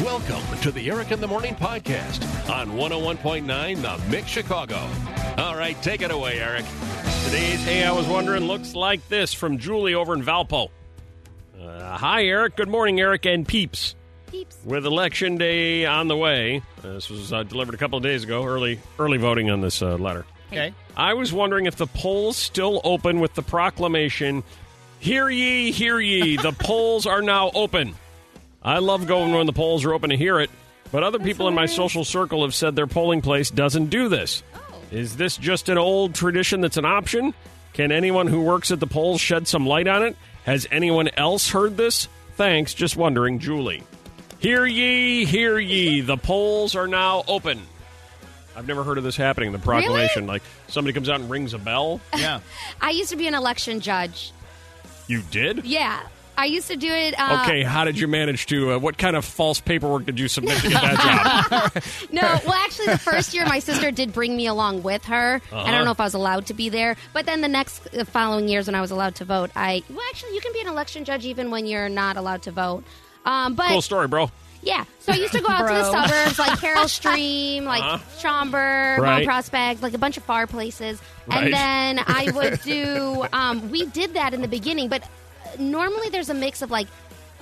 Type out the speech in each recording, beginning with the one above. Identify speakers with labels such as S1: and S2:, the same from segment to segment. S1: Welcome to the Eric in the Morning podcast on 101.9 The Mix Chicago. All right, take it away, Eric.
S2: Today's Hey, I Was Wondering looks like this from Julie over in Valpo. Uh, hi, Eric. Good morning, Eric and peeps.
S3: Peeps.
S2: With election day on the way, uh, this was uh, delivered a couple of days ago, early, early voting on this uh, letter.
S4: Okay.
S2: I was wondering if the polls still open with the proclamation, Hear ye, hear ye, the polls are now open. I love going when the polls are open to hear it, but other people in my social circle have said their polling place doesn't do this. Is this just an old tradition that's an option? Can anyone who works at the polls shed some light on it? Has anyone else heard this? Thanks, just wondering, Julie. Hear ye, hear ye, the polls are now open. I've never heard of this happening, the proclamation. Like somebody comes out and rings a bell.
S4: Yeah.
S3: I used to be an election judge.
S2: You did?
S3: Yeah. I used to do it. Uh,
S2: Okay, how did you manage to? Uh, what kind of false paperwork did you submit to get that job?
S3: No, well, actually, the first year my sister did bring me along with her. I
S2: Uh-huh.
S3: don't know if I was allowed to be there, but then the next the following years when I was allowed to vote, I well, actually, you can be an election judge even when you're not allowed to vote. Um, but
S2: cool story, bro.
S3: yeah, so I used to go out to the
S4: Bro.
S3: suburbs like Carroll Stream, like Schaumburg,
S2: Right.
S3: Mount Prospect, like a bunch of far places,
S2: Right.
S3: and then I would do. Um, we did that in the beginning, but normally there's a mix of like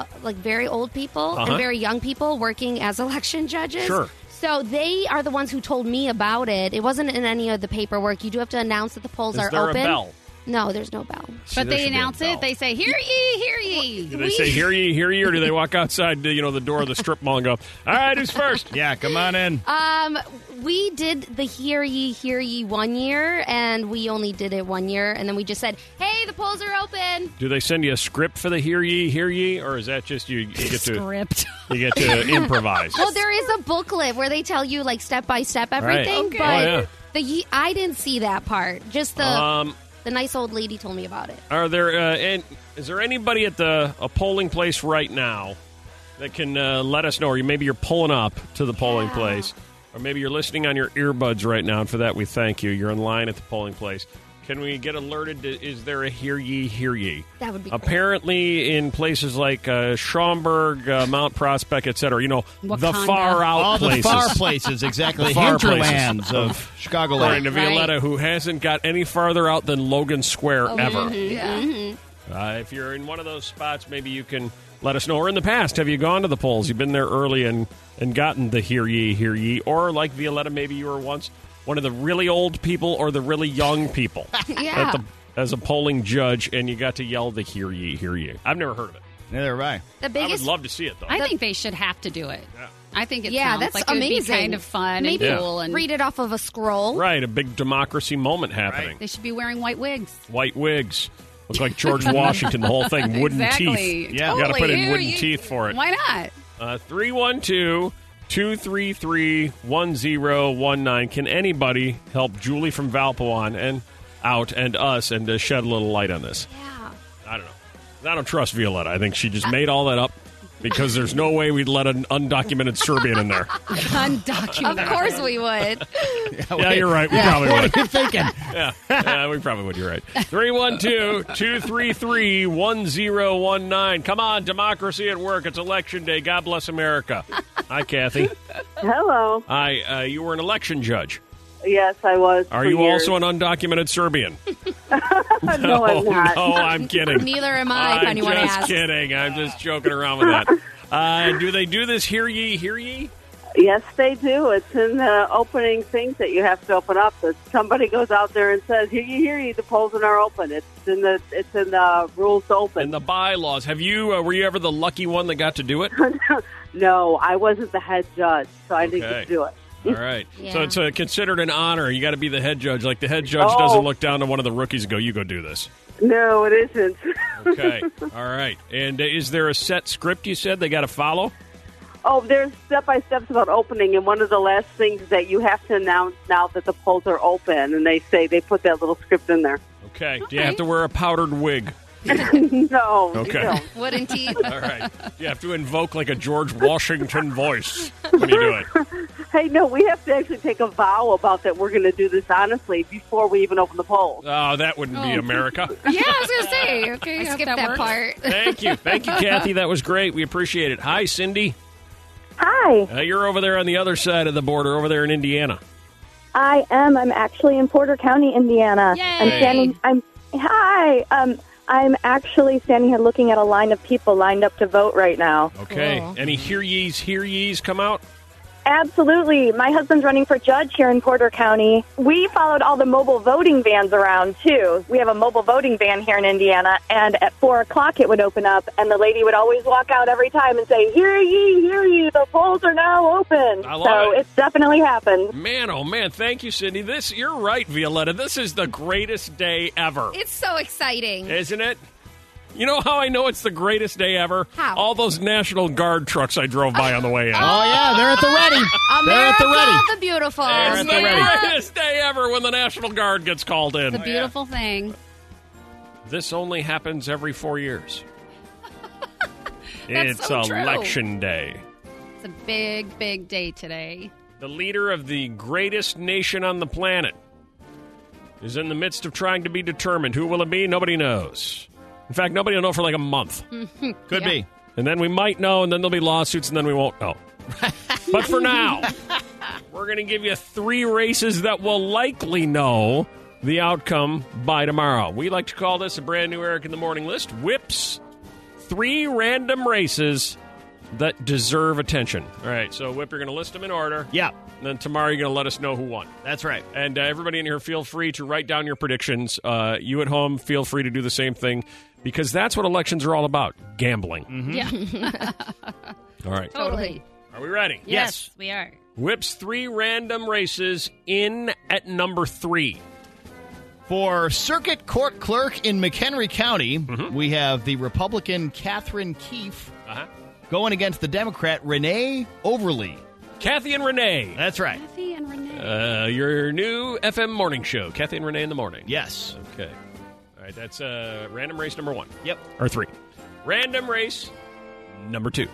S3: uh, like very old people
S2: Uh-huh.
S3: and very young people working as election judges.
S2: Sure.
S3: So they are the ones who told me about it. It wasn't in any of the paperwork. You do have to announce that the polls
S2: Is
S3: are
S2: there a
S3: open.
S2: bell?
S3: No, there's no bell.
S2: See,
S4: But
S2: there
S4: they
S2: should be a
S4: announce
S2: bell.
S4: it. They say, "Hear ye, hear ye."
S2: Do they say hear ye, hear ye, or do they walk outside, you know, the door of the strip mall and go, "All right, who's first?
S4: Yeah, come on in.
S3: Um, we did the hear ye, hear ye one year, and we only did it one year, and then we just said, "Hey, the polls are open."
S2: Do they send you a script for the hear ye, hear ye, or is that just you, you get to
S4: Script.
S2: you get to improvise?
S3: Well, there is a booklet where they tell you like step by step
S2: right.
S3: everything,
S2: Okay.
S3: but
S2: Oh, yeah.
S3: the ye- I didn't see that part. Just the
S2: Um,
S3: the nice old lady told me about it.
S2: Are there uh, and is there anybody at the a polling place right now that can uh, let us know, or you- maybe you're pulling up to the polling
S3: Yeah.
S2: place, or maybe you're listening on your earbuds right now, and for that we thank you. You're in line at the polling place. Can we get alerted? To, is there a hear ye, hear ye?
S3: That would be cool.
S2: Apparently, in places like uh, Schaumburg, uh, Mount Prospect, etc., you know, the
S4: Wakanda.
S2: far out
S5: all
S2: places.
S5: the far places, exactly. The
S2: Far places.
S5: hinterlands of
S2: According
S5: Chicagoland.
S2: to Violetta, who hasn't got any farther out than Logan Square
S3: Oh,
S2: ever.
S3: Yeah.
S2: Uh, if you're in one of those spots, maybe you can let us know. Or in the past, have you gone to the polls? You've been there early and, and gotten the hear ye, hear ye. Or like Violetta, maybe you were once one of the really old people or the really young people
S3: Yeah.
S2: at the, as a polling judge, and you got to yell the hear ye, hear ye. I've never heard of it.
S5: Neither have I.
S3: The
S2: I would
S3: biggest
S2: love to see it, though.
S4: I think they should have to do it. I think it
S3: Yeah,
S4: sounds
S3: that's
S4: like it would be
S3: amazing.
S4: kind of fun
S3: Maybe
S4: and cool. And
S3: read it off of a scroll.
S2: right, a big democracy moment happening.
S4: they should be wearing white wigs.
S2: White wigs. Look like George Washington, the whole thing. Wooden
S4: exactly.
S2: teeth.
S5: Yeah.
S2: You
S4: totally.
S2: got to put in
S4: Here
S2: wooden
S4: you-
S2: teeth for it.
S4: Why not?
S2: Uh, 312-233-1019. Can anybody help Julie from Valpo on and out and us and uh, shed a little light on this?
S3: Yeah.
S2: I don't know. I don't trust Violetta. I think she just made all that up because there's no way we'd let an undocumented Serbian in there.
S3: Of
S4: Undocumented.
S3: course we would.
S2: Yeah, you're right. We probably would.
S5: What are you thinking?
S2: yeah, yeah, we probably would. You're right. 312 233 1019. Come on, democracy at work. It's election day. God bless America. Hi, Kathy.
S6: Hello.
S2: Hi, uh, you were an election judge.
S6: Yes, I was.
S2: Are
S6: for
S2: you
S6: years.
S2: also an undocumented Serbian? Oh,
S6: No, I'm not.
S2: no, I'm kidding.
S3: Neither am I. if
S2: I'm
S3: anyone
S2: just
S3: asks.
S2: kidding. I'm just joking around with that. Uh, do they do this? Hear ye, hear ye?
S6: Yes, they do. It's in the opening things that you have to open up. That somebody goes out there and says, "Here you hear you, the polls are open." It's in the it's in the rules to open.
S2: And the bylaws. Have you? Uh, were you ever the lucky one that got to do it?
S6: no, I wasn't the head judge, so I
S2: Okay.
S6: didn't do it.
S2: All right. So
S3: Yeah.
S2: it's uh, considered an honor. You got to be the head judge. Like the head judge
S6: Oh.
S2: doesn't look down to one of the rookies and go, "You go do this."
S6: No, it isn't.
S2: Okay. All right. And uh, is there a set script? You said they got to follow.
S6: oh, there's step by steps about opening, and one of the last things that you have to announce now that the polls are open, and they say they put that little script in there.
S2: Okay. Do you have to wear a powdered wig?
S6: no, you
S2: Okay.
S6: don't.
S3: Wooden teeth.
S2: All right. You have to invoke like a George Washington voice when you do it.
S6: Hey, no, we have to actually take a vow about that we're going to do this honestly before we even open the polls.
S2: Oh, that wouldn't be
S4: Oh.
S2: America.
S4: Yeah, I was gonna say. Okay,
S3: I
S4: if
S3: skipped
S4: that
S3: that
S4: works.
S3: part.
S2: Thank you. Thank you, Kathy. That was great. We appreciate it. Hi, Cindy.
S7: Hi.
S2: Uh, you're over there on the other side of the border, over there in Indiana.
S7: I am. I'm actually in Porter County, Indiana.
S4: Yay.
S7: I'm standing. I'm. Hi. Um, I'm actually standing here looking at a line of people lined up to vote right now.
S2: Okay.
S3: Cool.
S2: Any hear ye's, hear ye's come out?
S7: Absolutely. My husband's running for judge here in Porter County. We followed all the mobile voting vans around, too. We have a mobile voting van here in Indiana, and at 4 o'clock it would open up, and the lady would always walk out every time and say, Hear ye, hear ye, the polls are now open.
S2: I love
S7: so
S2: it.
S7: it's definitely happened.
S2: Man, oh man, thank you, Cindy. This you're right, Violetta. This is the greatest day ever.
S3: It's so exciting.
S2: isn't it? You know how I know it's the greatest day ever?
S3: How?
S2: All those National Guard trucks I drove by on the way in.
S5: Oh yeah, they're at the ready. they're at
S3: America
S5: the ready.
S3: the beautiful.
S2: It's
S5: at
S2: the
S5: the ready.
S2: greatest day ever when the National Guard gets called in.
S4: The beautiful thing.
S2: This only happens every four years.
S4: That's
S2: it's
S4: so true.
S2: election day.
S4: It's a big, big day today.
S2: The leader of the greatest nation on the planet is in the midst of trying to be determined. Who will it be? Nobody knows. In fact, nobody will know for like a month.
S5: Could be.
S2: And then we might know, and then there'll be lawsuits, and then we won't know. but for now, we're going to give you three races that will likely know the outcome by tomorrow. We like to call this a brand new Eric in the Morning list Whips. Three random races that deserve attention. All right, so Whip, you're going to list them in order.
S5: Yeah,
S2: And then tomorrow, you're going to let us know who won.
S5: that's right.
S2: And uh, everybody in here, feel free to write down your predictions. Uh, you at home, feel free to do the same thing because that's what elections are all about gambling.
S4: Yeah,
S2: All right.
S4: totally.
S2: Mm-hmm. Are we ready?
S5: Yes.
S4: we are.
S2: Whips three random races in at number three.
S5: For circuit court clerk in McHenry County, we have the Republican Catherine Keefe
S2: Uh-huh.
S5: going against the Democrat Renee Overly.
S2: Kathy and Renee.
S5: That's right.
S4: Kathy and Renee.
S2: Uh, your new FM morning show, Kathy and Renee in the morning.
S5: Yes.
S2: Okay. All right. That's uh, random race number one
S5: Yep.
S2: or three. Random race number two.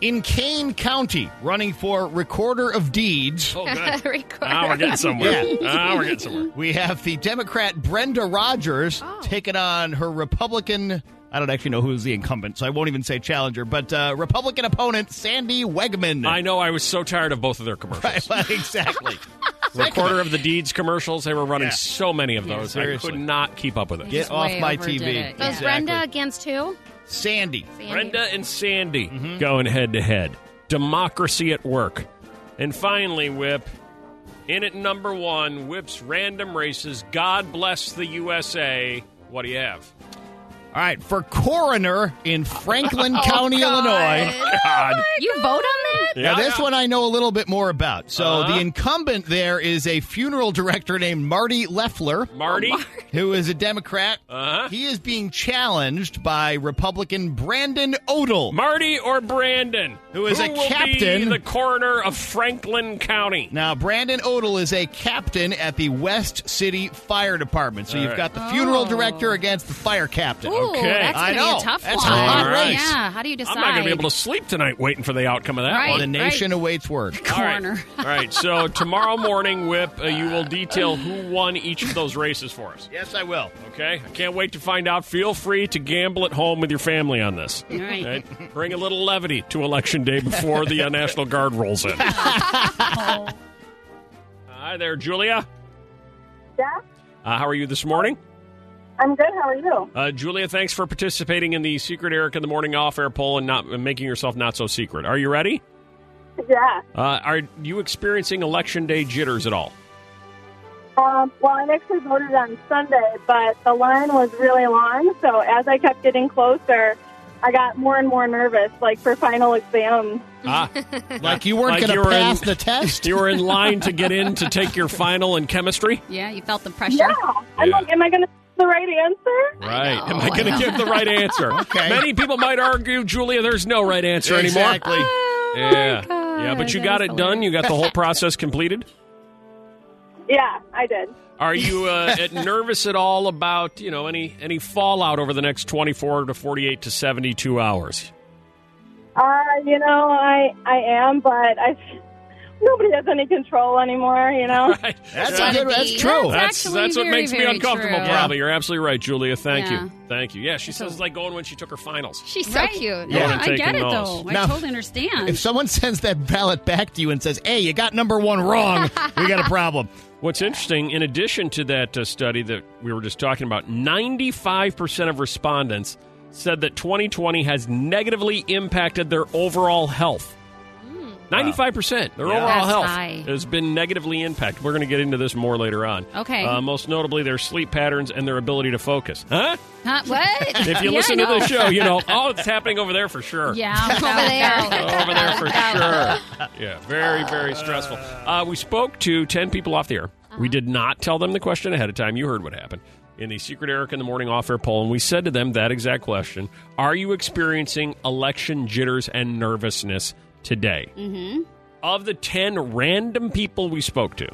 S5: In Kane County, running for Recorder of Deeds,
S2: Oh, good.
S3: Record.
S2: now we're getting somewhere.
S5: Yeah.
S2: Now we're getting somewhere.
S5: we have the Democrat Brenda Rogers
S4: Oh.
S5: taking on her Republican. I don't actually know who's the incumbent, so I won't even say challenger, but uh, Republican opponent Sandy Wegman.
S2: I know. I was so tired of both of their commercials.
S5: exactly.
S2: Recorder of the deeds commercials. They were running
S5: Yeah.
S2: so many of those. I
S5: seriously.
S2: could not keep up with it.
S5: Get
S4: Just
S5: off
S4: way
S5: my
S4: overdid
S5: TV.
S4: it, yeah.
S3: So is Brenda against who?
S5: Sandy.
S3: Sandy.
S2: Brenda and Sandy
S5: Mm-hmm.
S2: going head to head. Democracy at work. And finally, Whip, in at number one, Whip's random races. God bless the USA. What do you have?
S5: All right, for coroner in Franklin
S4: Oh,
S5: County, Illinois.
S3: You vote on that?
S5: Now, this one I know a little bit more about. So,
S2: Uh-huh.
S5: the incumbent there is a funeral director named Marty Leffler,
S2: Marty?
S5: who is a Democrat.
S2: Uh-huh.
S5: He is being challenged by Republican Brandon Odell.
S2: Marty or Brandon?
S5: Who is a
S2: will be
S5: captain.
S2: the coroner of Franklin County.
S5: now, Brandon Odell is a captain at the West City Fire Department. So,
S2: All
S5: you've
S2: right.
S5: got the funeral
S4: Oh.
S5: director against the fire captain.
S4: Ooh,
S2: Okay.
S4: that's
S5: I
S4: gonna
S5: know.
S4: be a tough
S5: That's a
S4: one.
S2: hot All right. race.
S4: Yeah, how do you decide?
S2: I'm not going to be able to sleep tonight waiting for the outcome of that
S4: Right.
S2: one.
S5: The nation awaits word.
S2: All right.
S4: corner.
S2: All right. So tomorrow morning, Whip, uh, you will detail who won each of those races for us.
S5: Yes, I will.
S2: Okay, I can't wait to find out. Feel free to gamble at home with your family on this.
S4: All right.
S2: All right? Bring a little levity to election day before the uh, National Guard rolls in. Hi there, Julia.
S7: Yeah.
S2: Uh, how are you this morning?
S7: I'm good. How are you?
S2: Uh, Julia, thanks for participating in the Secret Eric in the Morning off air poll and not and making yourself not so secret. Are you ready?
S7: Yeah.
S2: Uh, are you experiencing election day jitters at all?
S7: Um, well, I actually voted on Sunday, but the line was really long. So as I kept getting closer, I got more and more nervous, like for final exam.
S2: Ah,
S5: Like you weren't
S2: Like
S5: going
S2: you were
S5: to
S2: in-
S5: pass the test?
S2: you were in line to get in to take your final in chemistry?
S4: Yeah, you felt the pressure.
S7: Yeah. I'm like, am I going to the right answer?
S2: Right. Am
S4: know,
S2: I
S4: I
S2: going to give the right answer?
S5: Okay.
S2: Many people might argue, Julia, there's no right answer
S5: Exactly.
S2: anymore.
S4: Oh,
S2: yeah. yeah, but
S4: God,
S2: you
S4: that
S2: got
S4: is
S2: it done. You got the whole process completed.
S7: Yeah, I did.
S2: Are you uh, at- nervous at all about, you know, any any fallout over the next 24 to 48 to 72 hours?
S7: Uh, you know, I I am, but I nobody has any control anymore, you know?
S2: Right.
S5: That's
S2: Yeah.
S5: a good. That's true.
S4: That's-
S2: That's
S4: actually
S2: that's what
S4: very,
S2: makes me
S4: very
S2: uncomfortable.
S4: true.
S2: Probably you're absolutely right, Julia. Thank
S4: Yeah.
S2: you, thank you. Yeah, she sounds like going when she took her finals.
S4: She's so cute.
S2: Yeah.
S4: Yeah,
S2: Going and
S4: I get it
S2: taking
S4: though.
S2: those.
S4: I
S5: Now,
S4: totally understand.
S5: if someone sends that ballot back to you and says, "Hey, you got number one wrong," we got a problem.
S2: What's interesting, in addition to that uh, study that we were just talking about, 95% of respondents said that 2020 has negatively impacted their overall health. 95%. Their overall
S4: Hmm. That's
S2: health
S4: high.
S2: has been negatively impacted. We're going to get into this more later on.
S4: Okay.
S2: Uh, most notably, their sleep patterns and their ability to focus. Huh?
S4: Huh? What?
S2: If you
S4: Uh, Yeah,
S2: listen
S4: I
S2: to the
S4: know.
S2: show, you know, oh, it's happening over there for sure.
S4: Yeah,
S3: Over there.
S2: Uh, Over there for sure. Yeah, very, very stressful. Uh, we spoke to 10 people off the air. We did not tell them the question ahead of time. You heard what happened in the Secret Eric in the Morning off air poll. And we said to them that exact question Are you experiencing election jitters and nervousness today? Mm-hmm. Of the 10 random people we spoke to,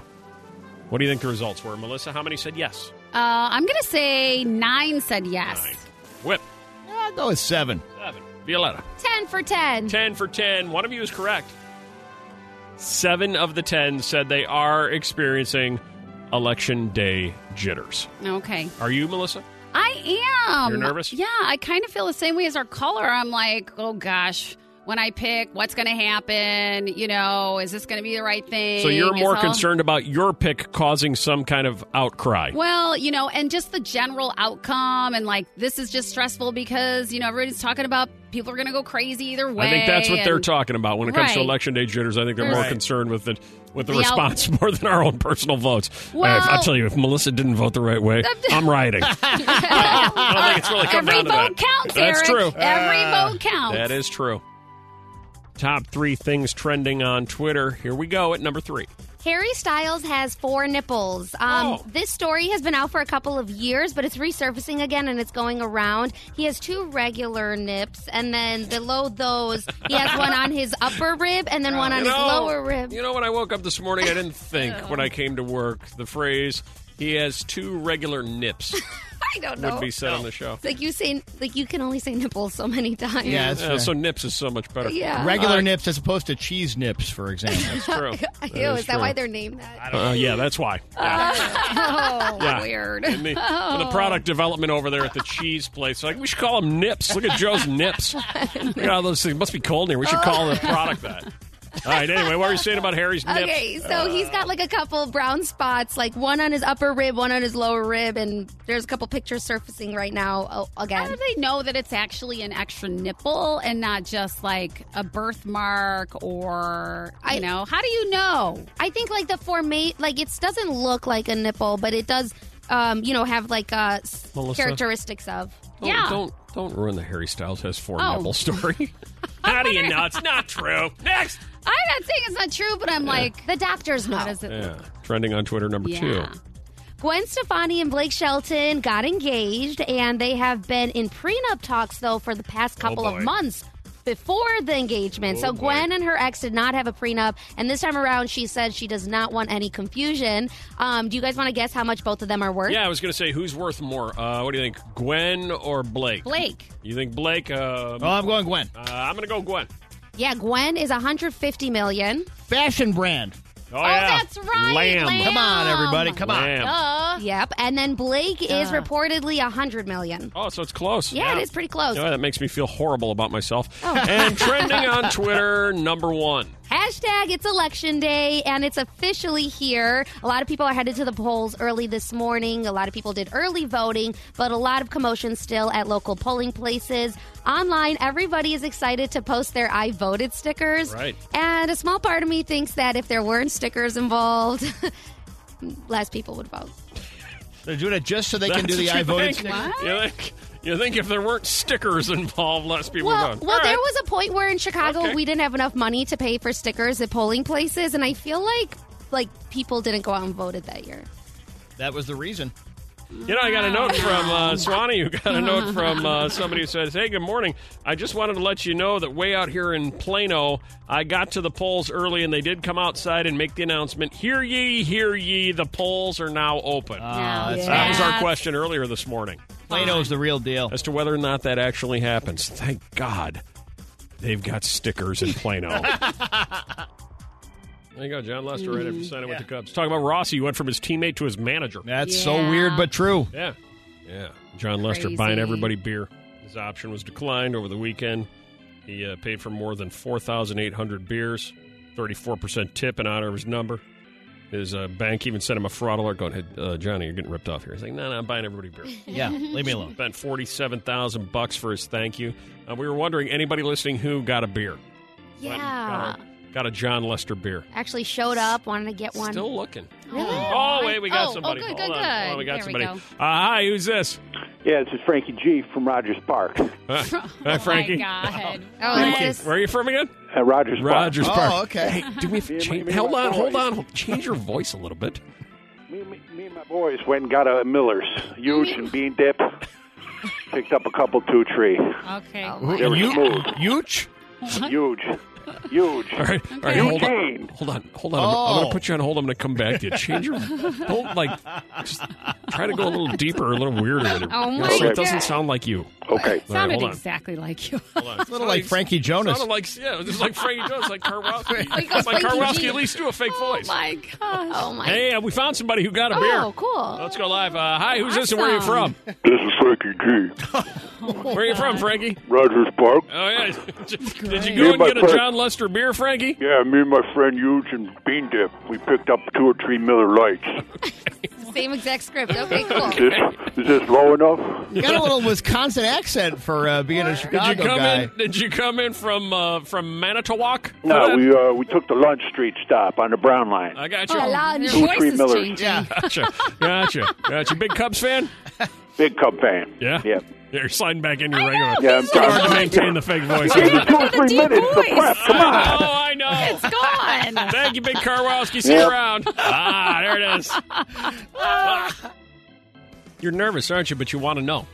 S2: what do you think the results were? Melissa, how many said yes?
S4: Uh, I'm gonna say nine said yes.
S2: Nine. Whip,
S5: Yeah, I'll go with seven.
S2: seven. Violetta.
S3: 10 for 10.
S2: 10 for 10. One of you is correct. Seven of the 10 said they are experiencing election day jitters.
S4: Okay,
S2: Are you, Melissa?
S4: I am.
S2: You're nervous?
S4: Yeah, I kind of feel the same way as our caller. I'm like, oh gosh, when I pick, what's gonna happen? You know, is this gonna be the right thing?
S2: So you're
S4: Is
S2: more
S4: all-
S2: concerned about your pick causing some kind of outcry.
S4: Well, you know, and just the general outcome, and like this is just stressful because you know everybody's talking about people are going to go crazy either way.
S2: I think that's what they're
S4: and-
S2: talking about when it comes to
S4: Right.
S2: election day jitters. I think they're more
S5: Right.
S2: concerned with the with the
S4: The out-
S2: response more than our own personal votes. Uh,
S4: Well-
S2: I'll tell you, if Melissa didn't vote the right way, I'm rioting. I don't think it's really come
S4: Every
S2: down to that.
S4: vote counts.
S2: That's
S4: Eric.
S2: true.
S4: Every
S3: Uh,
S4: vote counts.
S2: That is true. Top three things trending on Twitter. Here we go at number three.
S3: Harry Styles has four nipples. Um,
S2: Oh.
S3: This story has been out for a couple of years, but it's resurfacing again and it's going around. He has two regular nips, and then below those, he has one on his upper rib and then one on his lower rib.
S2: You Uh, know, when I woke up this morning, I didn't think when I came to work the phrase "he has two regular nips"
S3: I don't know.
S2: would be said on the show.
S3: It's like you say, like you can only say nipples so many times.
S5: Yeah, that's
S2: Yeah,
S5: fair.
S2: so nips is so much better.
S3: Yeah.
S5: regular nips as opposed to cheese nips, for example.
S2: It's true.
S3: Ew, is that why they're named that?
S2: Uh, yeah, that's why.
S4: Oh,
S2: Yeah.
S4: weird.
S2: And the, and the product development over there at the cheese place, like we should call them nips. Look at Joe's nips. Look at all those things. Must be cold in here. We
S3: Oh.
S2: should call the product that. All right. Anyway, what were you saying about Harry's nips?
S3: Okay, so he's got like a couple brown spots, like one on his upper rib, one on his lower rib, and there's a couple pictures surfacing right now oh,
S4: How do
S3: again.
S4: they know that it's actually an extra nipple and not just like a birthmark or you
S3: I-
S4: know? How do you know?
S3: I think like the formate, like it doesn't look like a nipple, but it does, um, you know, have like uh, s-
S2: Melissa?
S3: characteristics of.
S2: Don't,
S4: Yeah.
S2: Oh, Don't don't ruin the Harry Styles has four
S4: Oh.
S2: nipple story. How do you know it's not true? Next.
S4: I'm not saying it's not true, but I'm like,
S3: The doctors know.
S4: how does it?
S2: Yeah. Trending on Twitter number
S4: Yeah.
S2: two.
S3: Gwen Stefani and Blake Shelton got engaged, and they have been in prenup talks though for the past couple
S2: boy.
S3: of months before the engagement. so Gwen and her ex did not have a prenup, and this time around, she said she does not want any confusion. Um, do you guys want to guess how much both of them are worth?
S2: Yeah, I was gonna say who's worth more. Uh, what do you think, Gwen or Blake?
S4: Blake.
S2: You think Blake? Uh,
S5: oh, I'm going Gwen.
S2: uh, I'm gonna go Gwen.
S3: Yeah, Gwen is 150 million.
S5: Fashion brand.
S2: Oh,
S4: Oh,
S2: yeah.
S4: that's right.
S2: Lamb.
S4: Lamb.
S5: Come on, everybody. Come on.
S2: Lamb.
S4: Duh.
S3: Oh, Yep, and then Blake is reportedly 100 million.
S2: Oh, so it's close.
S3: Yeah, it is pretty close. Oh.
S2: Oh, that makes me feel horrible about myself. And trending on Twitter number one.
S3: Hashtag it's election day and it's officially here. A lot of people are headed to the polls early this morning. A lot of people did early voting, but a lot of commotion still at local polling places. Online, everybody is excited to post their I voted stickers.
S2: Right.
S3: And a small part of me thinks that if there weren't stickers involved, less people would vote.
S5: They're doing it just so they can
S2: That's
S5: do the
S2: what you
S5: I voted.
S2: think?
S5: sticker.
S2: You think, you think if there weren't stickers involved, less people
S3: Well,
S2: would vote.
S3: well
S2: All
S3: there
S2: right.
S3: was a point where in Chicago
S2: Okay.
S3: we didn't have enough money to pay for stickers at polling places, and I feel like like people didn't go out and voted that year.
S5: That was the reason.
S2: You know, I got a note from uh, Swanee. You got a note from uh, somebody who says, "Hey, good morning. I just wanted to let you know that way out here in Plano, I got to the polls early, and they did come outside and make the announcement: Hear ye, hear ye! The polls are now open."
S5: Ah, that's
S2: that was our
S4: Yeah.
S2: question earlier this morning
S5: Plano's the real deal.
S2: as to whether or not that actually happens. Thank God they've got stickers in Plano. There you go, John Lester, right after signing with the Cubs. Talking about Rossi, who went from his teammate to his manager.
S5: That's
S4: Yeah.
S5: so weird but true.
S2: Yeah. Yeah. John Lester
S4: Crazy.
S2: buying everybody beer. His option was declined over the weekend. He uh, paid for more than 4,800 beers, 34% tip in honor of his number. His uh, bank even sent him a fraud alert going, hey, uh, Johnny, you're getting ripped off here. He's like, no, no, I'm buying everybody beer.
S5: Yeah, leave me alone.
S2: Spent 47,000 bucks for his thank you. Uh, we were wondering, anybody listening who got a beer? Went and
S3: Yeah.
S2: Got a, got a John Lester beer.
S3: Actually showed up, wanted to get one.
S2: Still looking.
S3: Really?
S2: Oh, wait, we got
S4: Oh, oh,
S2: somebody.
S4: good,
S2: Hold
S4: good,
S2: on.
S4: good.
S2: Oh, we got
S4: There we
S2: somebody.
S4: go.
S2: Uh, hi, who's this?
S8: Yeah, this is Frankie G from Rogers Park.
S2: Hi,
S4: Oh,
S2: uh, Frankie.
S4: my God.
S3: Oh,
S2: Thank
S3: it
S2: you.
S3: is.
S2: Where are you from again?
S8: Uh, Rogers Park.
S2: Rogers Park.
S5: Oh, okay.
S2: Hey, do me a fa-
S8: Me and my-
S2: change-
S8: me and
S2: hold
S8: my
S2: on, hold
S8: boys.
S2: on, hold- change your voice a little bit.
S8: Me, and my- me and my boys went and got a Miller's, huge and bean dip. Picked up a couple two tree,
S4: Okay.
S3: Oh.
S8: They were smooth.
S5: Huge?
S8: huge, huge.
S2: All right, all right, hold on,
S8: Eugene.
S2: hold on, hold on. I'm- I'm,
S5: Oh.
S2: gonna put you on hold. I'm gonna come back to you. Change your, don't like, just try to go a little deeper, a little weirder with it.
S4: Oh,
S2: You know,
S4: my
S2: so it
S8: God.
S2: doesn't sound like you.
S8: Okay.
S2: All right,
S4: Sounded
S2: hold on.
S4: exactly like you.
S2: Hold on.
S5: It's a little like Frankie Jonas.
S2: Sounded like yeah, it was like Frankie Jones, like Karwowski.
S4: Like a
S2: like
S4: Frankie
S2: Karwowski,
S4: G.
S2: at least do a fake
S4: Oh
S2: voice.
S4: my gosh.
S3: Oh my.
S2: Hey, uh, we found somebody who got a
S3: oh,
S2: beer.
S3: cool.
S2: Let's go live. Uh, hi, who's this and where are you from?
S4: Awesome.
S8: This is Frankie G,
S2: Where are you from, Frankie?
S8: Rogers Park.
S2: Oh yeah, did you
S8: Me
S2: go
S8: and
S2: and
S8: my
S2: get a
S8: friend-
S2: John Lester beer, Frankie?
S8: Yeah, me and my friend Huge and Bean Dip, we picked up two or three Miller Lights.
S3: Same exact script. Okay, cool.
S8: Is this, is this low enough?
S5: You got a little Wisconsin accent for uh, being a
S2: Did you
S5: Chicago
S2: come
S5: guy.
S2: in? Did you come in from uh, from Manitowoc?
S8: No, we uh, we took the Lunch Street stop on the Brown Line.
S2: I got you.
S3: Oh, lunch.
S4: Your voice
S8: Three
S4: is
S8: Millers.
S4: changing.
S5: Yeah.
S2: Gotcha, gotcha, gotcha. Big Cubs fan?
S8: Big Cub fan.
S2: Yeah,
S8: Yeah.
S2: You're sliding back in your regular.
S8: Yeah, I'm
S2: Hard to
S8: sorry.
S2: maintain the fake voice.
S8: Give me
S2: isn't it?
S8: two or three
S4: deep
S8: minutes to
S4: voice.
S8: prep. Come on.
S2: I know, I know.
S4: It's gone.
S2: Thank you, Big Karwowski. See you
S8: Yep.
S2: around. Ah, there it is. Ah. You're nervous, aren't you? But you want to know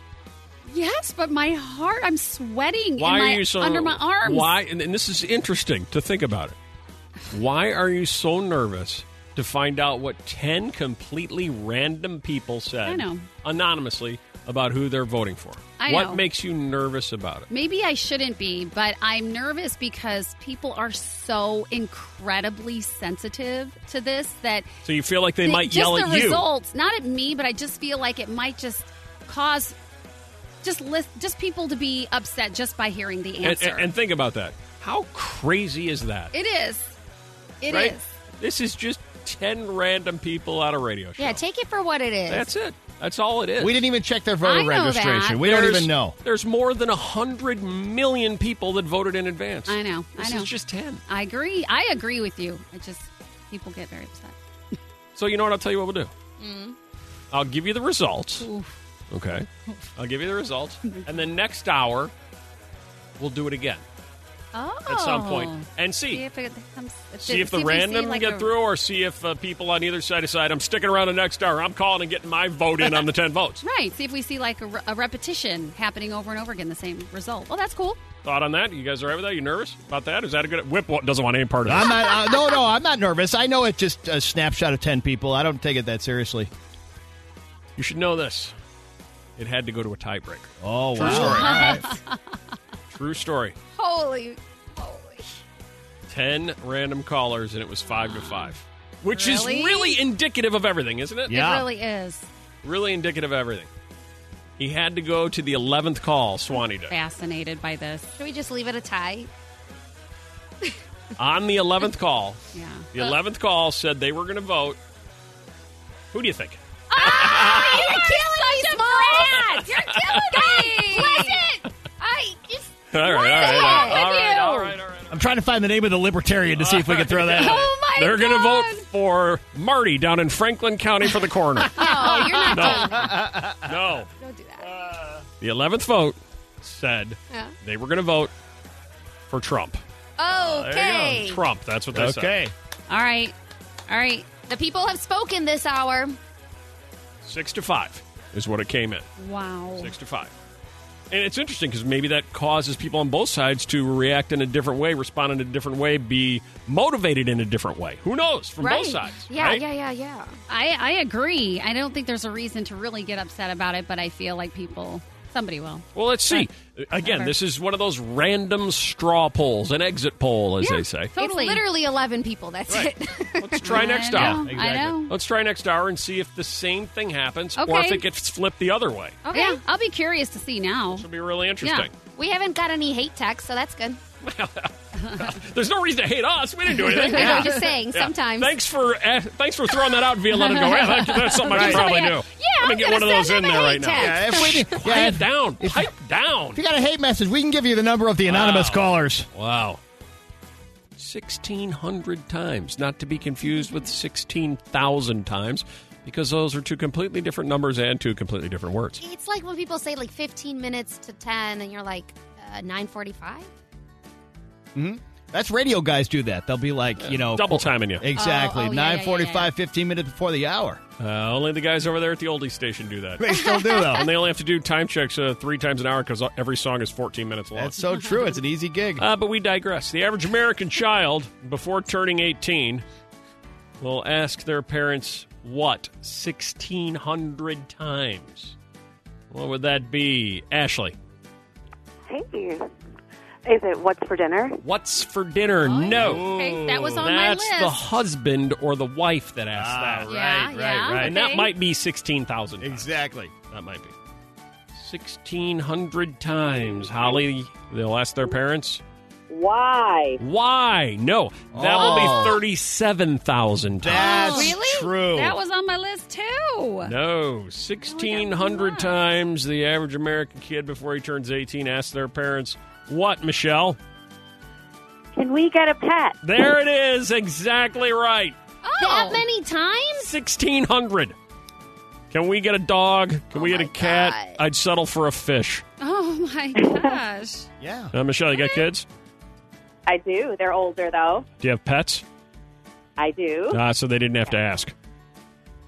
S4: Yes, but my heart, I'm sweating in
S2: why
S4: my-
S2: are you so
S4: under my arms.
S2: Why? And, and this is interesting to think about it. Why are you so nervous to find out what ten completely random people said
S4: I know.
S2: anonymously about who they're voting for?
S4: I
S2: what
S4: know.
S2: makes you nervous about it?
S4: Maybe I shouldn't be, but I'm nervous because people are so incredibly sensitive to this that
S2: So you feel like they
S4: the-
S2: might
S4: just
S2: yell
S4: the
S2: at you.
S4: results, not at me, but I just feel like it might just cause just list, just people to be upset just by hearing the
S2: And,
S4: answer.
S2: and- and think about that. How crazy is that?
S4: it is, It is.
S2: right? This is just ten random people on a radio show.
S3: Yeah, take it for what it is.
S2: That's it. That's all it is.
S5: We didn't even check their
S4: I
S5: voter
S4: know
S5: registration.
S4: that.
S5: We don't
S2: There's-
S5: even know.
S2: There's more than 100 million people that voted in advance.
S4: I know, I
S2: This
S4: know.
S2: is just 10.
S4: I agree. I agree with you. I just people get very upset.
S2: So you know what? I'll tell you what we'll do.
S4: Mm.
S2: I'll give you the results. Okay. I'll give you the results. And then next hour, we'll do it again
S4: Oh,
S2: at some point and see.
S4: See if it comes.
S2: See if the
S4: we see,
S2: random
S4: like,
S2: get
S4: a-
S2: through, or see if uh, people on either side decide I'm sticking around the next hour. I'm calling and getting my vote in on the ten votes.
S4: Right. See if we see like a, re- a repetition happening over and over again, the same result. Well, that's cool.
S2: Thought on that? You guys all right with that? You nervous about that? Is that a good whip? wa- Doesn't want any part of
S5: I'm
S2: it.
S5: not. Uh, no, no, I'm not nervous. I know it's just a snapshot of ten people. I don't take it that seriously.
S2: You should know this. It had to go to a tiebreaker.
S5: Oh wow!
S2: True story.
S3: Holy, holy.
S2: 10 random callers and it was 5 to 5 which
S4: Really?
S2: is really indicative of everything isn't it
S5: Yeah.
S4: It really is
S2: really indicative of everything he had to go to the 11th call swanee did
S4: fascinated by this.
S3: Should we just leave it a tie?
S2: on the 11th call
S4: Yeah.
S2: the 11th call said they were going to vote who do you think
S3: Ah, You're killing me, brat! You're killing me! Listen, I just.
S2: all right all right all right
S3: heck with
S2: all right,
S3: you?
S2: all right all right
S5: I'm trying to find the name of the libertarian to see if we can throw that. in.
S4: Oh my
S2: they're
S4: God.
S2: going to vote for marty down in franklin county for the coroner
S3: No, Oh, you're not.
S2: no no
S3: Don't do that.
S2: the 11th vote said
S3: Yeah.
S2: they were going to vote for trump Oh, There you
S3: Okay.
S2: go. trump that's what they said
S5: Okay.
S4: All right. All right.
S3: The people have spoken this hour.
S2: Six to five is what it came in.
S4: Wow.
S2: Six to five. And it's interesting because maybe that causes people on both sides to react in a different way, respond in a different way, be motivated in a different way. Who knows? From
S3: right.
S2: both sides.
S3: Yeah,
S2: right?
S3: yeah, yeah, yeah.
S4: I, I agree. I don't think there's a reason to really get upset about it, but I feel like people Somebody will.
S2: Well, let's see. Uh, Again, this is one of those random straw polls, an exit poll, as they say.
S4: Totally.
S3: It's literally 11 people. That's it.
S2: Let's try next
S4: I
S2: hour.
S4: know, I know.
S2: Let's try next hour and see if the same thing happens or
S4: Okay. Oh.
S2: if it gets flipped the other way.
S4: Okay. I'll be curious to see now.
S2: It'll be really interesting.
S3: we haven't got any hate texts, so that's good.
S2: There's no reason to hate us. We didn't do anything.
S3: I know, I'm just saying,
S2: Yeah.
S3: sometimes.
S2: Thanks for eh, thanks for throwing that out, Violetta. Go. Yeah, that- that's something I
S4: Right.
S2: should probably do.
S4: Somebody- yeah,
S2: Let me
S4: I'm
S2: get
S4: gonna
S2: one of those in
S4: send him
S2: there
S4: a
S2: right
S4: hate
S2: now.
S4: text.
S5: Yeah, if we yeah,
S2: Quiet
S5: if-
S2: down.
S5: if-
S2: Pipe down.
S5: If you got a hate message, we can give you the number of the anonymous
S2: Wow.
S5: callers.
S2: Wow. 1,600 times, not to be confused with 16,000 times, because those are two completely different numbers and two completely different words.
S3: It's like when people say like 15 minutes to 10, and you're like, uh, 9.45?
S5: That's radio guys do that. They'll be like, you know,
S2: Double timing you.
S5: Exactly.
S3: Oh, oh, yeah, yeah, yeah,
S5: 945, 15 minutes before the hour.
S2: Uh, only the guys over there at the oldie station do that.
S5: They still do, though.
S2: And they only have to do time checks uh, three times an hour because every song is 14 minutes long.
S5: That's so true. It's an easy gig.
S2: Uh, but we digress. The average American child, before turning 18, will ask their parents what 1,600 times? What would that be, Ashley?
S6: Hey, is it what's for dinner?
S2: What's for dinner? no.
S4: Okay. That was Oh. on
S2: That's
S4: my
S2: the
S4: list.
S2: husband or the wife that asked that.
S5: right,
S4: Yeah,
S5: right,
S4: yeah.
S5: right.
S2: And that
S4: okay.
S2: might be 16,000 times.
S5: Exactly.
S2: That might be. 1,600 times, Holly, they'll ask their parents.
S6: Why?
S2: Why? No. That
S5: Oh.
S2: will be 37,000 times.
S5: That's
S4: Oh, really?
S5: true.
S4: That was on my list too. Oh,
S2: No, 1,600 times the average American kid before he turns 18 asks their parents, What, Michelle?
S6: Can we get a pet?
S2: There it is. Exactly right.
S3: That many times?
S2: 1,600. Can we get a dog? Can
S5: Oh
S2: we get a cat? I'd settle for a fish.
S4: Oh my gosh.
S5: yeah.
S2: Uh, Michelle, you got kids?
S6: I do. They're older though.
S2: Do you have pets?
S6: I do.
S2: Ah, so they didn't have to ask.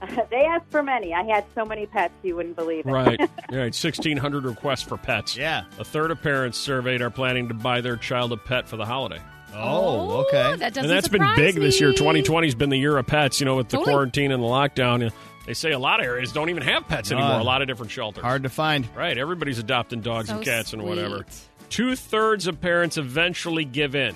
S6: they asked for many. I had so many pets, you wouldn't believe it.
S2: Right. All right. 1,600 requests for pets.
S5: Yeah.
S2: A third of parents surveyed are planning to buy their child a pet for the holiday.
S5: Oh, okay.
S4: That doesn't
S2: and that's been
S4: surprise
S2: big this year.
S4: me.
S2: 2020 has been the year of pets, you know, with the
S4: Totally.
S2: quarantine and the lockdown. They say a lot of areas don't even have pets anymore,
S5: None.
S2: a lot of different shelters.
S5: Hard to find.
S2: Right. Everybody's adopting dogs
S4: So
S2: and cats and whatever.
S4: sweet.
S2: Two thirds of parents eventually give in.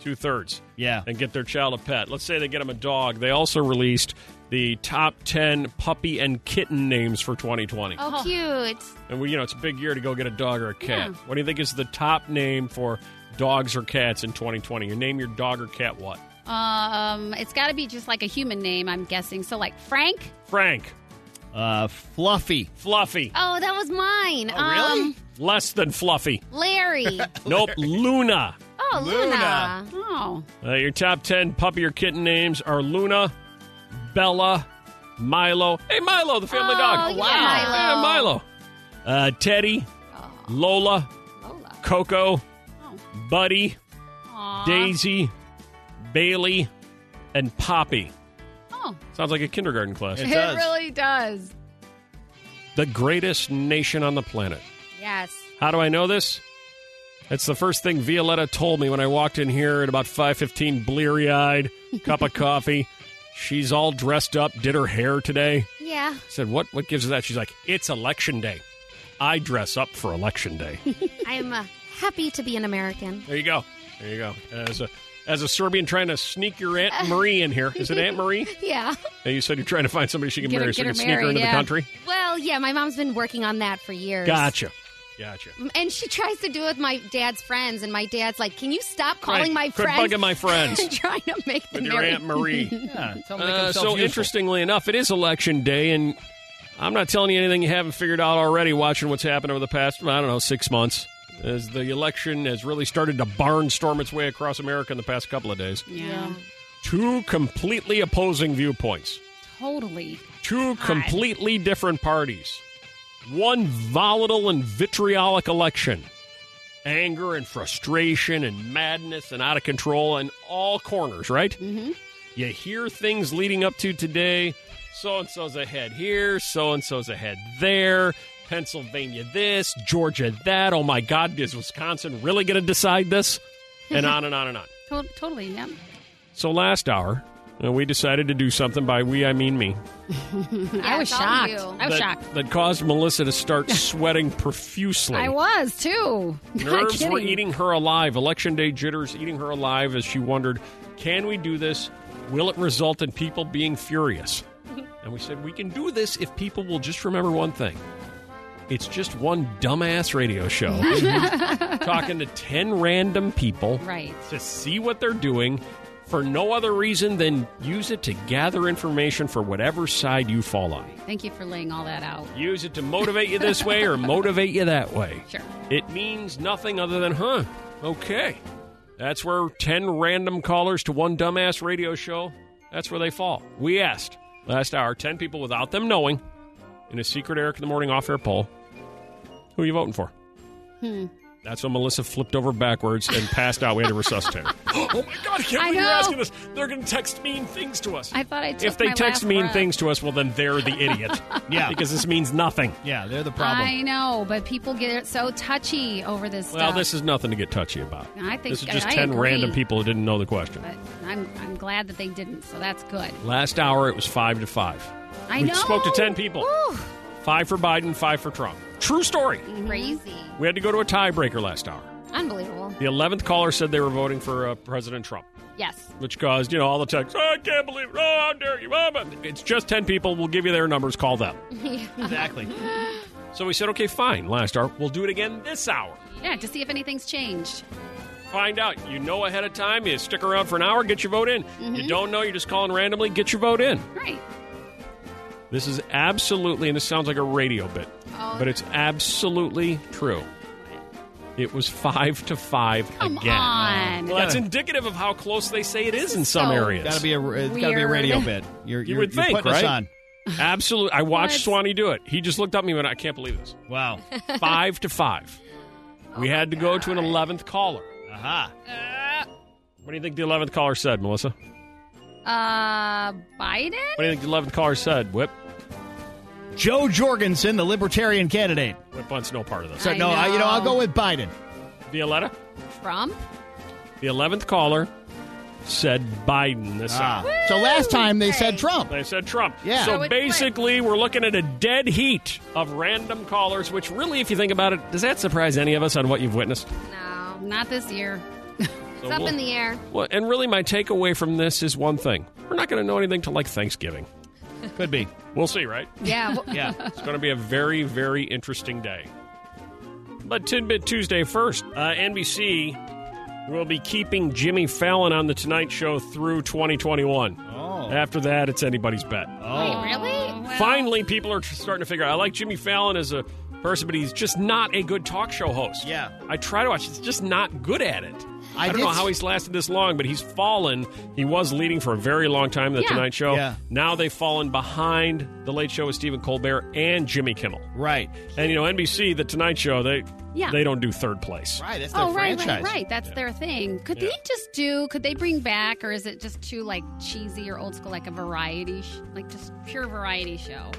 S2: Two thirds.
S5: Yeah.
S2: And get their child a pet. Let's say they get them a dog. They also released the top 10 puppy and kitten names for 2020.
S3: Oh, cute.
S2: And we, you know, it's a big year to go get a dog or a cat.
S4: Yeah.
S2: What do you think is the top name for dogs or cats in 2020? You name your dog or cat what?
S4: Um, it's got to be just like a human name, I'm guessing. So like Frank.
S2: Frank,
S5: Uh, fluffy.
S2: Fluffy,
S3: Oh, that was mine.
S2: Oh,
S3: Um,
S2: less than Fluffy.
S3: Larry.
S2: Nope, Luna.
S3: Oh, Luna.
S4: Oh,
S2: Uh, your top 10 puppy or kitten names are Luna, Bella, Milo. Hey, Milo, the family
S3: Oh,
S2: dog.
S3: yeah, Milo.
S2: Yeah, Milo. Uh, Teddy, Lola,
S4: Lola.
S2: Coco, Buddy,
S4: Aw.
S2: Daisy, Bailey, and Poppy.
S4: Oh,
S2: Sounds like a kindergarten class.
S5: It
S4: it,
S5: does.
S4: really does.
S2: the greatest nation on the planet.
S3: Yes.
S2: How do I know this? It's the first thing Violetta told me when I walked in here at about 5:15 bleary-eyed, cup of coffee. She's all dressed up, did her hair today.
S3: Yeah.
S2: I said, "What what gives her that?" She's like, "It's election day. I dress up for election day."
S3: I'm uh, happy to be an American.
S2: there you go. There you go. As a as a Serbian trying to sneak your Aunt Marie in here. Is it Aunt Marie?
S3: Yeah.
S2: And you said you're trying to find somebody she can
S4: Get her-
S2: marry so
S4: get
S2: you
S4: her
S2: can sneak her
S4: married,
S2: into the
S4: yeah.
S2: country.
S3: Well, yeah, my mom's been working on that for years.
S2: Gotcha. Gotcha.
S3: And she tries to do it with my dad's friends, and my dad's like, "Can you stop calling
S2: Right.
S3: my
S2: Quit
S3: friends?
S2: bugging my friends.
S3: and trying to make
S2: With
S3: them
S2: your
S3: marry."
S2: Aunt Marie.
S5: Yeah. Tell them to make
S2: Uh,
S5: themselves
S2: so
S5: useful.
S2: interestingly enough, it is election day, and I'm not telling you anything you haven't figured out already. Watching what's happened over the past, I don't know, six months, as the election has really started to barnstorm its way across America in the past couple of days.
S4: Yeah,
S2: Two completely opposing viewpoints,
S4: totally.
S2: two completely different parties, one volatile and vitriolic election. Anger and frustration and madness and out of control in all corners, right? You hear things leading up to today. So and so's ahead here, so and so's ahead there. Pennsylvania this, Georgia that. Oh my God, is Wisconsin really going to decide this? And on and on and on.
S4: To- totally. Yeah.
S2: So last hour, Uh, we decided to do something. By we, I mean me.
S4: I was
S3: it's all
S4: shocked.
S3: you.
S4: I
S2: that,
S4: was shocked.
S2: That caused Melissa to start sweating profusely.
S4: I was too. Not
S2: Nerves
S4: kidding.
S2: were eating her alive. Election day jitters eating her alive as she wondered, can we do this? Will it result in people being furious? And we said, we can do this if people will just remember one thing. It's just one dumbass radio show talking to 10 random people
S4: Right.
S2: to see what they're doing for no other reason than use it to gather information for whatever side you fall on.
S4: Thank you for laying all that out.
S2: Use it to motivate you this way or motivate you that way.
S4: Sure.
S2: It means nothing other than, huh, okay. That's where 10 random callers to one dumbass radio show, that's where they fall. We asked last hour 10 people without them knowing in a secret Eric in the Morning off air poll who are you voting for? Hmm. That's when Melissa flipped over backwards and passed out. We had to resuscitate her. oh my God, I can't
S4: I
S2: believe you're
S4: know.
S2: asking this. They're going to text mean things to us.
S4: I thought I took
S2: If they
S4: my
S2: text
S4: last
S2: mean
S4: breath.
S2: things to us, well, then they're the idiot.
S5: Yeah.
S2: Because this means nothing.
S5: Yeah, they're the problem.
S4: I know, but people get so touchy over this
S2: Well,
S4: stuff.
S2: this is nothing to get touchy about.
S4: I think-
S2: this is just
S4: I
S2: ten
S4: agree.
S2: random people who didn't know the question.
S4: But I'm I'm glad that they didn't. So that's good.
S2: Last hour, it was five to five.
S4: I
S2: we
S4: know.
S2: spoke to ten people.
S4: Woo.
S2: Five for Biden, five for Trump. True story.
S3: Crazy.
S2: We had to go to a tiebreaker last hour.
S3: Unbelievable.
S2: The eleventh caller said they were voting for uh, President Trump,
S3: Yes.
S2: which caused you know all the texts. I can't believe it. Oh, how dare you? Oh, but it's just ten people. We'll give you their numbers. Call them.
S5: exactly.
S2: So we said, okay, fine. Last hour, we'll do it again this hour.
S4: Yeah, to see if anything's changed.
S2: Find out. You know ahead of time. You stick around for an hour. Get your vote in.
S4: Mm-hmm.
S2: You don't know. You're just calling randomly. Get your vote in.
S4: Right.
S2: This is absolutely, and this sounds like a radio bit,
S4: Oh.
S2: but it's absolutely true. It was five to five
S4: Come
S2: again.
S4: on.
S2: Well, that's indicative of how close they say it is in some
S4: so
S2: areas.
S5: Got to be a it's got to be a
S4: Weird.
S5: radio bit. You're,
S2: You
S5: are
S2: would think,
S5: putting us
S2: right?
S5: on.
S2: Absolutely. I watched
S4: What?
S2: Swanee do it. He just looked up at me and went, I can't believe this.
S5: Wow.
S2: Five to five.
S4: Oh
S2: We had to go to an 11th caller.
S5: Aha.
S2: What do you think the 11th caller said, Melissa?
S4: Uh, Biden.
S2: What do you think the 11th caller said, Whip?
S5: Joe Jorgensen, the Libertarian candidate.
S2: Whip wants no part of this.
S5: So
S4: I
S5: no, I, you know
S4: know.
S5: I'll go with Biden.
S2: Violetta?
S4: Trump.
S2: The 11th caller said Biden this hour.
S5: Ah. So last time they said Trump.
S2: They said Trump.
S5: Yeah.
S2: So,
S5: So
S4: it's
S2: basically, we're looking at a dead heat of random callers, which really, if you think about it, does that surprise any of us on what you've witnessed?
S3: No.
S4: Not this year.
S2: So
S3: It's up
S2: we'll-
S3: in the air.
S2: well, and really, my takeaway from this is one thing: we're not going to know anything till like Thanksgiving.
S5: Could be.
S2: We'll see, right?
S4: Yeah. well,
S5: Yeah.
S2: It's going to be a very, very interesting day. But Tidbit Tuesday first. Uh, NBC will be keeping Jimmy Fallon on the Tonight Show through 2021.
S5: Oh.
S2: After that, it's anybody's bet.
S5: Oh.
S4: really? Well,
S2: Finally, people are tr- starting to figure out. I like Jimmy Fallon as a person, but he's just not a good talk show host.
S5: Yeah.
S2: I try to watch. He's just not good at it. I,
S5: I
S2: don't
S5: did
S2: know
S5: s-
S2: how he's lasted this long, but he's fallen. He was leading for a very long time, The
S4: Yeah.
S2: Tonight Show.
S5: Yeah.
S2: Now they've fallen behind The Late Show with Stephen Colbert and Jimmy Kimmel.
S5: Right.
S2: And, you know, NBC, The Tonight Show, they,
S4: Yeah.
S2: they don't do third place.
S5: Right. That's their
S4: Oh, right,
S5: franchise.
S4: right, right. That's their thing. Could
S2: Yeah.
S4: they just do? Could they bring back, or is it just too like cheesy or old school, like a variety, sh- like just pure variety show?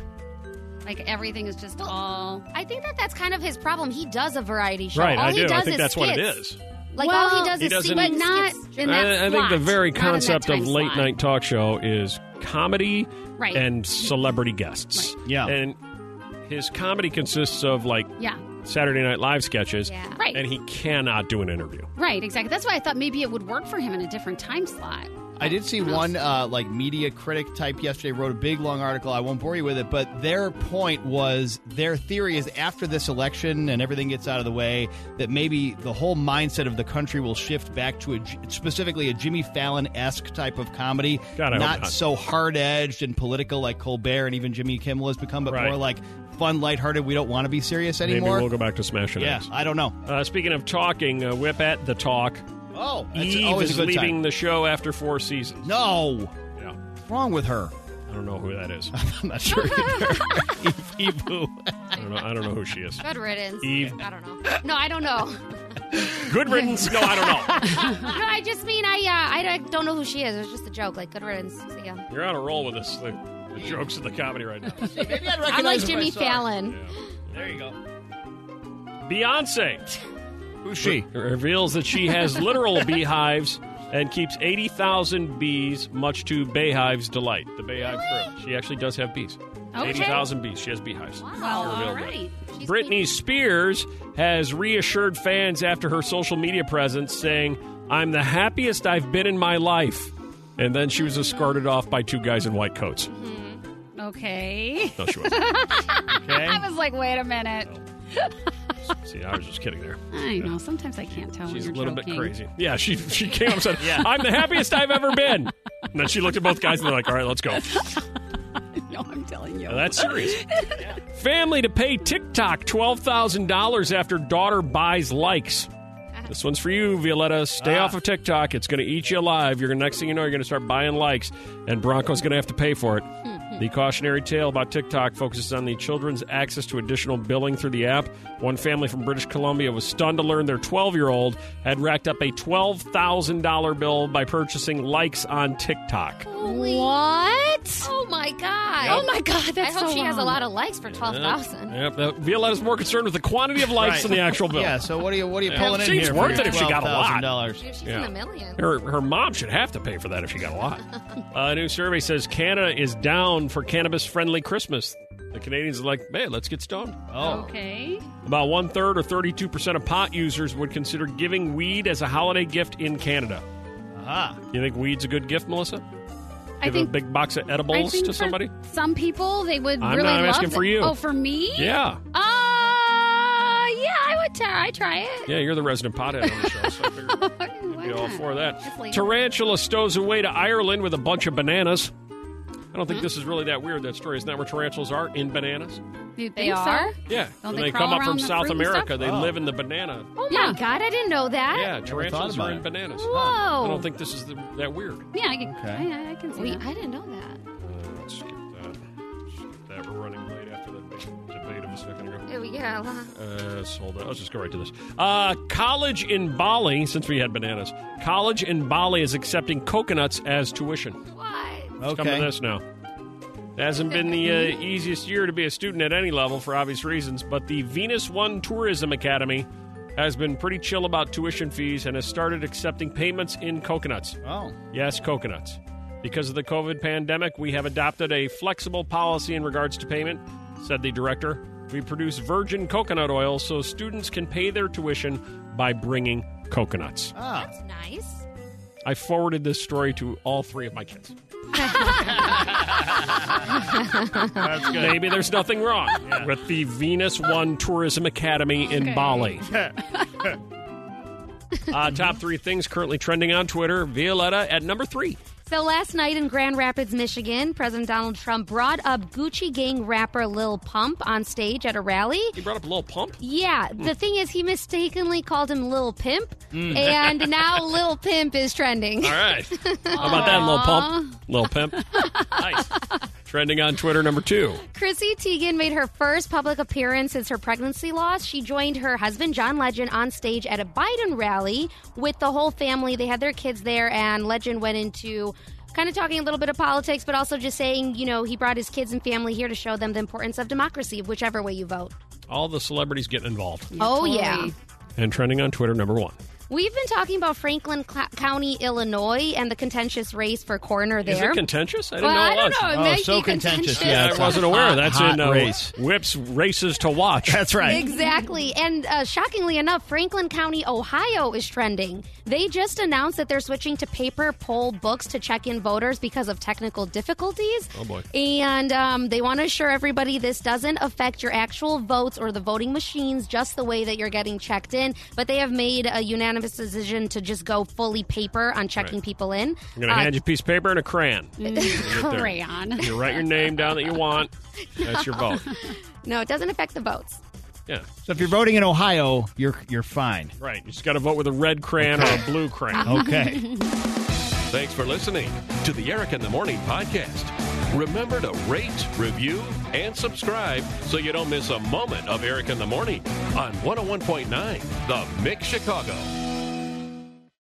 S4: Like everything is just all.
S3: I think that that's kind of his problem. He does a variety show.
S2: Right,
S3: all
S2: I
S3: he
S2: do.
S3: does
S2: I think
S3: is
S2: that's what it
S3: skits.
S2: is.
S3: Like all
S4: Well,
S3: he does
S2: He
S3: is
S2: doesn't-
S3: sing,
S4: but
S3: skits.
S4: not in that.
S2: I, I think the
S4: slot,
S2: very
S4: not in that
S2: concept of
S4: time
S2: late
S4: slot.
S2: night talk show is comedy
S4: Right.
S2: and celebrity guests.
S5: Right. Yeah.
S2: And his comedy consists of like
S4: Yeah,
S2: Saturday Night Live sketches.
S3: Yeah.
S4: Right.
S2: And he cannot do an interview.
S4: right, exactly. That's why I thought maybe it would work for him in a different time slot.
S5: I did see one uh, like media critic type yesterday wrote a big long article. I won't bore you with it, but their point was their theory is after this election and everything gets out of the way that maybe the whole mindset of the country will shift back to a J- specifically a Jimmy Fallon esque type of comedy,
S2: God, I hope not.
S5: so hard edged and political like Colbert and even Jimmy Kimmel has become, but
S2: Right.
S5: more like fun, lighthearted. We don't want to be serious anymore.
S2: Maybe we'll go back to smashing
S5: yeah,
S2: eggs.
S5: I don't know.
S2: Uh, speaking of talking, uh, Whip at the Talk.
S5: Oh, that's
S2: Eve
S5: always
S2: is
S5: a good
S2: leaving
S5: time.
S2: the show after four seasons.
S5: No,
S2: Yeah.
S5: what's wrong with her?
S2: I don't know who that is.
S5: I'm not sure. either. Eve- Eve who?
S2: I don't know, I don't know who she is.
S3: Good riddance.
S2: Eve.
S3: I don't know. No, I don't know.
S2: Good riddance. No, I don't know.
S3: no, I just mean I uh, I don't know who she is. It was just a joke. Like good riddance. So, yeah.
S2: You're on a roll with this. The, the jokes of the comedy right now.
S5: Maybe I'd
S3: I'm
S5: recognize
S3: like
S5: if I
S3: Jimmy
S5: saw her.
S3: Fallon.
S5: There you go.
S2: Beyonce.
S5: Who's she?
S2: reveals that she has literal beehives and keeps 80,000 bees, much to Bayhive's delight. The Bayhive crew. She actually does have bees.
S4: Okay.
S2: 80,000 bees. She has beehives.
S4: Well,
S2: Revealed that.
S4: all right.
S3: She's
S2: Britney Spears has reassured fans after her social media presence, saying, I'm the happiest I've been in my life. And then she was escorted off by two guys in white coats.
S4: Okay.
S2: No, she wasn't.
S5: Okay.
S4: I was like, wait a minute.
S2: See, I was just kidding there.
S4: I know. Sometimes I can't tell when
S2: She's a
S4: you're
S2: little
S4: joking.
S2: bit crazy. Yeah, she she came up and said, I'm the happiest I've ever been. And then she looked at both guys and they're like, all right, let's go.
S4: No, I'm telling you.
S2: Now, that's serious. Family to pay TikTok $12,000 after daughter buys likes. This one's for you, Violetta. Stay off of TikTok. It's going to eat you alive. You're going to next thing you know, you're going to start buying likes, and Bronco's going to have to pay for it. the cautionary tale about TikTok focuses on the children's access to additional billing through the app. One family from British Columbia was stunned to learn their 12 year old had racked up a $12,000 bill by purchasing likes on TikTok.
S3: What? Oh my god.
S4: Oh my God, that's
S3: I hope
S4: so
S3: she has a
S4: wrong.
S3: lot of likes for twelve thousand.
S2: Yep, that, Violetta's more concerned with the quantity of likes
S5: Right.
S2: than the actual bill.
S5: Yeah, so what are you what are you pulling in
S2: Seems
S5: here?
S2: worth it if she got a lot.
S5: dollars.
S3: She's
S2: Yeah.
S3: in the millions.
S2: Her, her mom should have to pay for that if she got a lot. a new survey says Canada is down for cannabis friendly Christmas. The Canadians are like, man, let's get stoned.
S5: Oh,
S4: Okay.
S2: About one third or 32% of pot users would consider giving weed as a holiday gift in Canada.
S5: aha.
S2: You think weed's a good gift, Melissa?
S4: I
S2: Give
S4: think
S2: a big box of
S4: I
S2: edibles
S4: think
S2: to
S4: for
S2: somebody?
S4: Some people they would
S2: I'm
S4: really
S2: not- I'm
S4: love
S2: asking
S4: it.
S2: for you.
S4: Oh, for me?
S2: Yeah.
S4: Uh yeah, I would try. I try it.
S2: Yeah, you're the resident pothead on the show, so I figured
S4: Why
S2: I'd be all
S4: not?
S2: for
S4: Just
S2: that.
S4: leave.
S2: Tarantula stows away to Ireland with a bunch of bananas. I don't think this is really that weird. That story isn't that where tarantulas are in bananas?
S4: You think
S3: They
S4: so?
S3: are?
S2: Yeah,
S4: Don't
S2: when
S4: they
S2: they,
S4: crawl
S2: come up
S4: around
S2: from
S4: the
S2: South
S4: fruit and
S2: America,
S4: stuff?
S2: they
S5: Oh.
S2: live in the banana.
S3: Oh my
S4: Yeah.
S3: god, I didn't know that.
S2: yeah,
S5: never thought
S2: tarantulas
S5: about
S2: are in
S5: it.
S2: bananas.
S3: Whoa.
S2: I don't think this is the, that weird.
S4: Yeah, I can.
S5: Okay.
S4: I, I can see
S3: Wait,
S4: that.
S3: I didn't know that.
S2: Uh, let's skip that. Skip that. We're running late after that big debate of a second ago.
S3: Oh, yeah. a lot.
S2: Uh, so hold on. Let's just go right to this. Uh, college in Bali, since we had bananas, college in Bali is accepting coconuts as tuition.
S3: What?
S2: It's come to
S5: Okay.
S2: this now. It hasn't been the uh, easiest year to be a student at any level for obvious reasons, but the Venus One Tourism Academy has been pretty chill about tuition fees and has started accepting payments in coconuts.
S5: Oh.
S2: Yes, coconuts. Because of the COVID pandemic, we have adopted a flexible policy in regards to payment, said the director. We produce virgin coconut oil so students can pay their tuition by bringing coconuts.
S5: Ah.
S3: That's nice.
S2: I forwarded this story to all three of my kids.
S5: That's good.
S2: Maybe there's nothing wrong with the Venus One Tourism Academy in Bali. uh, top three things currently trending on Twitter. Violetta at number three.
S3: So last night in Grand Rapids, Michigan, President Donald Trump brought up Gucci Gang rapper Lil Pump on stage at a rally.
S2: You brought up Lil Pump.
S3: Yeah, the thing is, he mistakenly called him Lil Pimp, and now Lil Pimp is trending.
S2: All right. How about that, Lil Pump? Lil Pimp. nice. Trending on Twitter number two.
S3: Chrissy Teigen made her first public appearance since her pregnancy loss. She joined her husband, John Legend, on stage at a Biden rally with the whole family. They had their kids there, and Legend went into kind of talking a little bit of politics, but also just saying, you know, he brought his kids and family here to show them the importance of democracy, whichever way you vote.
S2: All the celebrities getting involved.
S3: oh,
S4: totally.
S3: yeah.
S2: And trending on Twitter number one.
S3: We've been talking about Franklin Cl- County, Illinois, and the contentious race for coroner
S2: Is
S3: there.
S2: it contentious? I didn't
S3: well,
S2: know it
S3: I don't
S2: was.
S3: know. It
S5: Oh,
S3: might
S5: so
S3: be
S5: contentious, yeah,
S2: I
S5: It's a
S2: wasn't aware.
S5: hot,
S2: That's
S5: hot
S2: in uh,
S5: race.
S2: Whips Races to Watch.
S5: That's right.
S3: Exactly. And uh, shockingly enough, Franklin County, Ohio is trending. They just announced that they're switching to paper poll books to check in voters because of technical difficulties.
S2: Oh, boy.
S3: And um, they want to assure everybody this doesn't affect your actual votes or the voting machines, just the way that you're getting checked in. But they have made a unanimous decision to just go fully paper on checking
S2: Right.
S3: people in.
S2: I'm going to
S3: Uh,
S2: hand you a piece of paper and a crayon. there.
S4: Crayon.
S2: You write your name down that you want. That's your vote.
S3: no, it doesn't affect the votes.
S2: Yeah,
S5: So if you're voting in Ohio, you're you're fine.
S2: right. You just got to vote with a red crayon or a blue crayon.
S5: Okay.
S1: Oh, Thanks for listening to the Eric in the Morning Podcast. Remember to rate, review, and subscribe so oh you don't miss a moment of Eric in the Morning on 101.9 The Mix Chicago.